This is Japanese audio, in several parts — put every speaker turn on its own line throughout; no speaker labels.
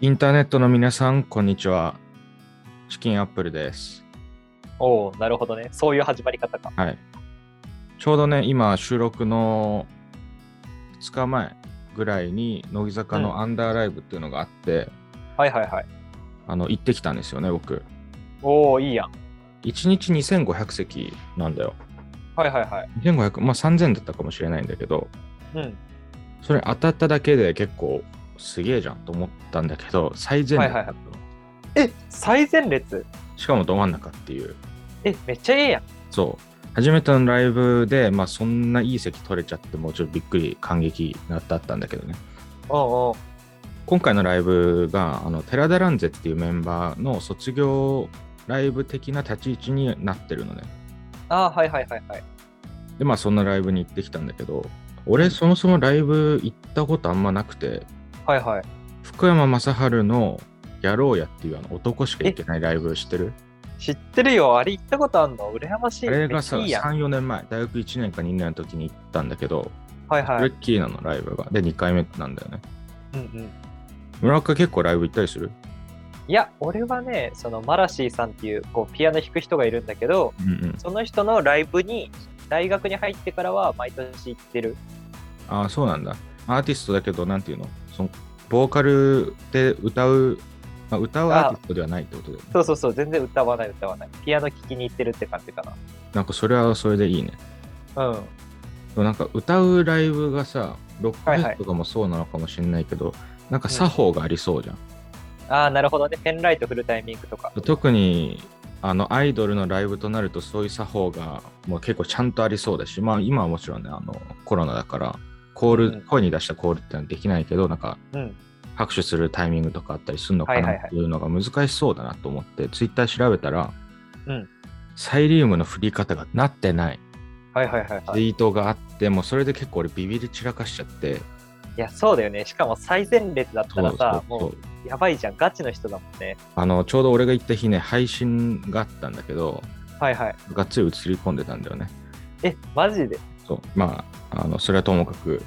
インターネットの皆さん、こんにちは。チキンアップルです。
おお、なるほどね。そういう始まり方か。
はい。ちょうどね、今、収録の2日前ぐらいに、乃木坂
う
の
ん
アンダーライブっていうのがあって、
はいはいはい。
あの行ってきたんですよね、僕。
おお、いいやん。
1日2500席なんだよ。
はいはいはい。
2500、まあ3000だったかもしれないんだけど、
うん。
それ当たっただけで結構すげえじゃんと思ったんだけど、最前列、
はいはいはえ、最前列
しかもど真ん中っていう。
え、めっちゃええやん。
そう。初めてのライブで、まあ、そんないい席取れちゃって、もうちょっとびっくり、感激だったんだけどね。
うんうん。
今回のライブが、あの寺田蘭ゼっていうメンバーの卒業ライブ的な立ち位置になってるのね。
ああ、はいはいはいはい。
で、まあ、そんなライブに行ってきたんだけど、俺、そもそもライブ行ったことあんまなくて、
はいはい。
福山雅治のやろうやっていうあの男しか行けないライブ知ってる
知ってるよ。あれ行ったことあんの羨ましい。
あれがさ、
めっちゃいいやん。
3、4年前、大学1年か2年の時に行ったんだけど、
はい
そ
は
れっ
い。
きりなの、ライブが。で、2回目なんだよね。
うんうん。
村岡結構ライブ行ったりする
いや、俺はね、そのマラシーさんっていうこうピアノ弾く人がいるんだけど、
うんうん。
その人のライブに大学に入ってからは毎年行ってる。
ああ、そうなんだ。アーティストだけど、なんていうのそのボーカルで歌う、まあ、歌うアーティストではないってことだよね。
そうそうそう、全然歌わない歌わない。ピアノ聴きに行ってるって感じか
なんかそれはそれでいいね。で
な。うん。
もなんか歌うライブがさ、ロックフ
はい
ェ
は
ス
い
とかもそうなのかもしれないけど、なんか作法がありそうじゃん。
ああ、なるほどね。ペンライト振るタイミングとか。
特にあのアイドルのライブとなるとそういう作法がもう結構ちゃんとありそうだし、まあ、今はもちろんねあのコロナだからコール、
うん
声に出したコールってのはできないけどなんか
うん。
拍手するタイミングとかあったりするのか
はいは
ない
はい
っていうのが難しそうだなと思って、ツイッター調べたら、
うん
サイリウムの振り方がなってない
はいはいはいは
ツ
い。
イー
い
トがあって、もうそれで結構俺ビビり散らかしちゃって
や、そうだよね。しかも最前列だったらさ、
そうそうそう
もうやばいじゃん。ガチの人だもんね。
あのちょうど俺が行った日ね配信があったんだけど
はいはい。
がっつり映り込んでたんだよね
え、マジで
そうまああのそれはともかく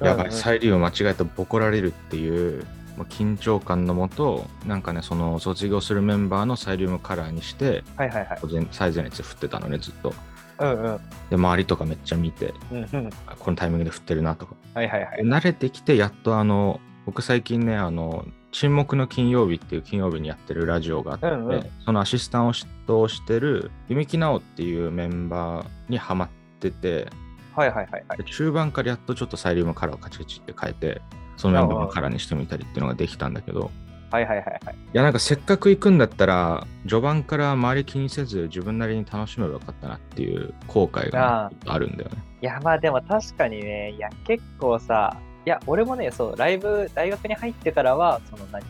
やば
う
い
んうん
サイリウム間違えたらボコられるっていうもう緊張感のもとなんかねその卒業するメンバーのサイリウムカラーにして
はいはいはい。
前最前列で振ってたのねずっと
うんうん。
で周りとかめっちゃ見て
うんうん。
あこのタイミングで振ってるなとか
はいはいはい。
慣れてきてやっとあの僕最近ねあの沈黙の金曜日っていう金曜日にやってるラジオがあって、
うんうん
そのアシスタントをしてる弓木直っていうメンバーにハマってて
はいはいはいはい。
で中盤からやっとちょっとサイリウムカラーをカチカチって変えてそのメンバーのカラーにしてみたりっていうのができたんだけど
はいはいはいはい。
いやなんかせっかく行くんだったら序盤から周り気にせず自分なりに楽しめばよかったなっていう後悔が
あ
ねあるんだよね。
いや、まあでも確かにね、いや、結構さ、いや、俺もね、そう、ライブ、大学に入ってからは、その何、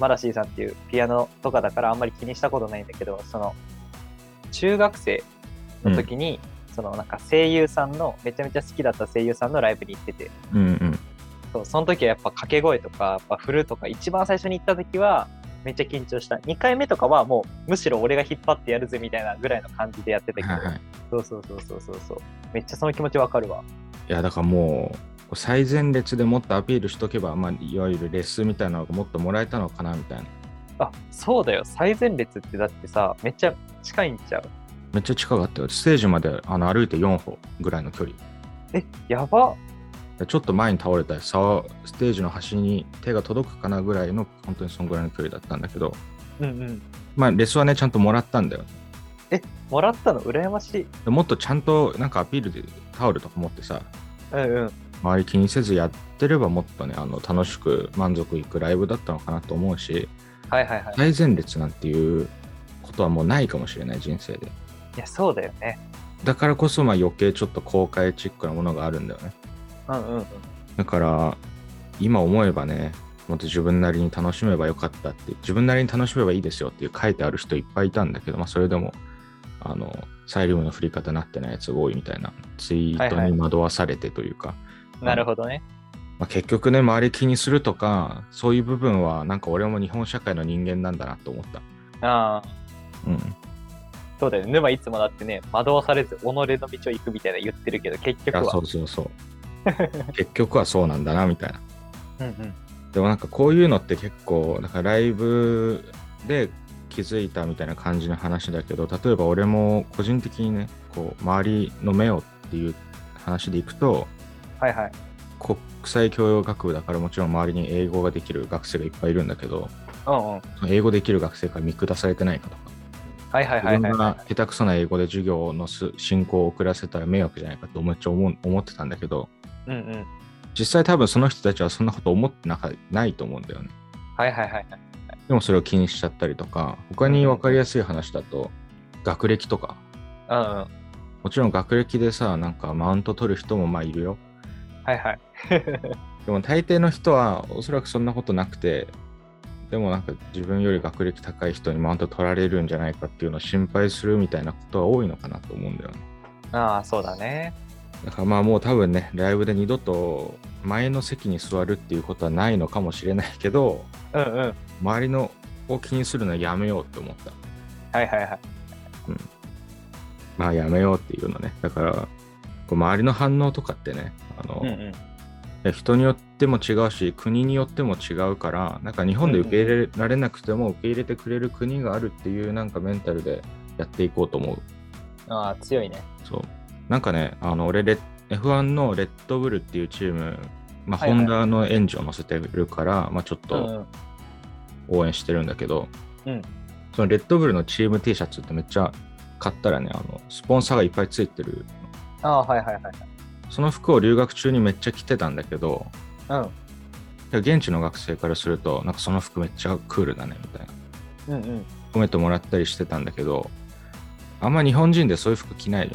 マラシーさんっていうピアノとかだからあんまり気にしたことないんだけど、その、中学生の時に、そのなんか声優さんの、めちゃめちゃ好きだった声優さんのライブに行ってて、
うんうん、
そうその時はやっぱ掛け声とか、やっぱ振るとか、一番最初に行った時は、めっちゃ緊張した。2回目とかはもう、むしろ俺が引っ張ってやるぜみたいなぐらいの感じでやってたけど、
はいはい、い
そうそうそうそうそうそう。めっちゃその気持ちわかるわ。
やだからもう最前列でもっとアピールしとけば、まあ、いわゆるレッスンみたいなのがもっともらえたのかなみたいな
あそうだよ最前列ってだってさめっちゃ近いんちゃう
めっちゃ近かったよステージまであの歩いて4歩ぐらいの距離
えやば
でちょっと前に倒れたりさステージの端に手が届くかなぐらいの本当にそんぐらいの距離だったんだけど
うんうん
まあレスはねちゃんともらったんだよ
もらったの羨ましい
でもっとちゃんとなんかアピールでタオルとか持ってさ
うんうん
周り気にせずやってればもっとねあの楽しく満足いくライブだったのかなと思うし
はいはいはい
最前列なんていうことはもうないかもしれない人生で
いやそうだよね
だからこそまあ余計ちょっと後悔チックなものがあるんだよね
うんうんうん
だから今思えばねもっと自分なりに楽しめばよかったって自分なりに楽しめばいいですよっていう書いてある人いっぱいいたんだけど、まあ、それでもあのサイリウムの振り方なってないやつが多いみたいなツイート
はい
に
はい
惑わされてというか、
なるほどね
まあ、結局ね周り気にするとかそういう部分はなんか俺も日本社会の人間なんだなと思った、
ああ
うん、
そうだよね沼いつもだってね惑わされず己の道を行くみたいな言ってるけど結局
あそ
は
うそうそう結局はそうなんだなみたいな
うんうん
でもなんかこういうのって結構なんかライブで気づいたみたいな感じの話だけど例えば俺も個人的にねこう周りの目をっていう話でいくと
はいはい。
国際教養学部だからもちろん周りに英語ができる学生がいっぱいいるんだけど
うんうん。
その英語できる学生から見下されてないかとか
はいはい
自
はい
分
はい。
が下手くそな英語で授業のす進行を遅らせたら迷惑じゃないかとめっちゃ思う思ってたんだけど
うんうん。
実際多分その人たちはそんなこと思ってなかないと思うんだよね
はいはいはい。
でもそれを気にしちゃったりとか他に分かりやすい話だと学歴とか
うんうん。は
もちろん学歴でさなんかマウント取る人もまあいるよ
いはい。
でも大抵の人はおそらくそんなことなくてでもなんか自分より学歴高い人にマウント取られるんじゃないかっていうのを心配するみたいなことは多いのかなと思うんだよね
ああ、そうだね。
だからまあもう多分ねライブで二度と前の席に座るっていうことはないのかもしれないけど
うんうん。はい
周りのを気にするのはやめようって思った
はいはい。
まあやめようっていうのねだからこう周りの反応とかってねあの、
うんうん。
で人によっても違うし国によっても違うからなんか日本で受け入れられなくても受け入れてくれる国があるっていうなんかメンタルでやっていこうと思う
ああ、強いね。
そうなんかねあの俺レッ F1 のレッドブルっていうチーム、まあ、
はい
ホ
はい
ンダのエンジンを乗せてるから、まあ、ちょっ
うん
と
うん。
応援してるんだけど、
うん
そのレッドブルのチーム T シャツってめっちゃ買ったらねあのスポンサーがいっぱいついてる
ああ、はいはいはいはい。
その服を留学中にめっちゃ着てたんだけど
うん。
現地の学生からするとなんかその服めっちゃクールだねみたいな
うんうん。
褒めてもらったりしてたんだけどあんま日本人でそういう服着ないじ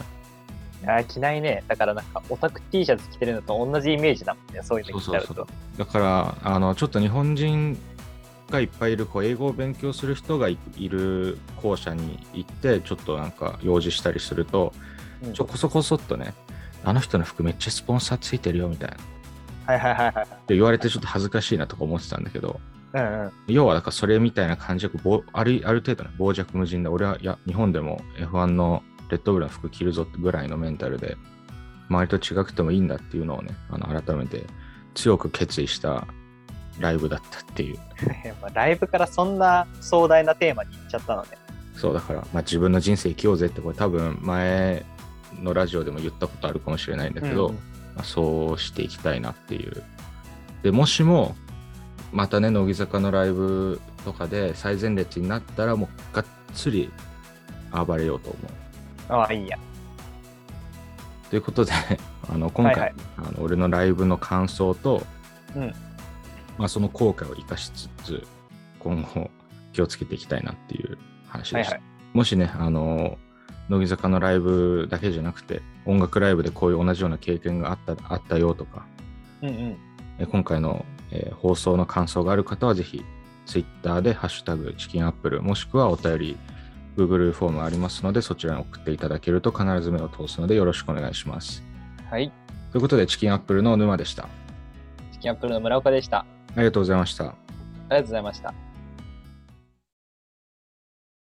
ゃん
ああ、着ないね。だからなんか、オタク T シャツ着てるのと同じイメージだもんね。そういうの着ちゃう
そうそう
と。
だからあのちょっと日本人がいっぱいいるこう英語を勉強する人がいいる校舎に行ってちょっとなんか用事したりすると
うん
ちょこそこそっとねあの人の服めっちゃスポンサーついてるよみたいなっ
はいはいはいはい。
て言われてちょっと恥ずかしいなとか思ってたんだけど
うんうん。
要はだからそれみたいな感じでぼあるある程度の傍若無人で俺はいや日本でも F1 のレッドブルの服着るぞぐらいのメンタルで周りと違くてもいいんだっていうのをねあの改めて強く決意したライブだったっていう
まあライブからそんな壮大なテーマに行っちゃったのね。
そうだから、まあ、自分の人生生きようぜってこれ多分前のラジオでも言ったことあるかもしれないんだけど、
うんうん
まあそうしていきたいなっていうでもしもまたね乃木坂のライブとかで最前列になったらもうがっつり暴れようと思う
ああ、いいや。
ということで あの今回、
はいはい
あの俺のライブの感想と、
うん
まあ、その効果を生かしつつ今後気をつけていきたいなっていう話
は
で
い
した、
はい。
もしね、あの、乃木坂のライブだけじゃなくて、音楽ライブでこういう同じような経験があったあったよとか、
うんうん。
え今回の、えー放送の感想がある方は、ぜひ、Twitter で、ハッシュタグ、チキンアップル、もしくはお便り、Google フォームありますので、そちらに送っていただけると必ず目を通すので、よろしくお願いします。
はい。
ということで、チキンアップルの沼でした。
チキンアップルの村岡でした。あ
ありがとうございました。
りがとうございました。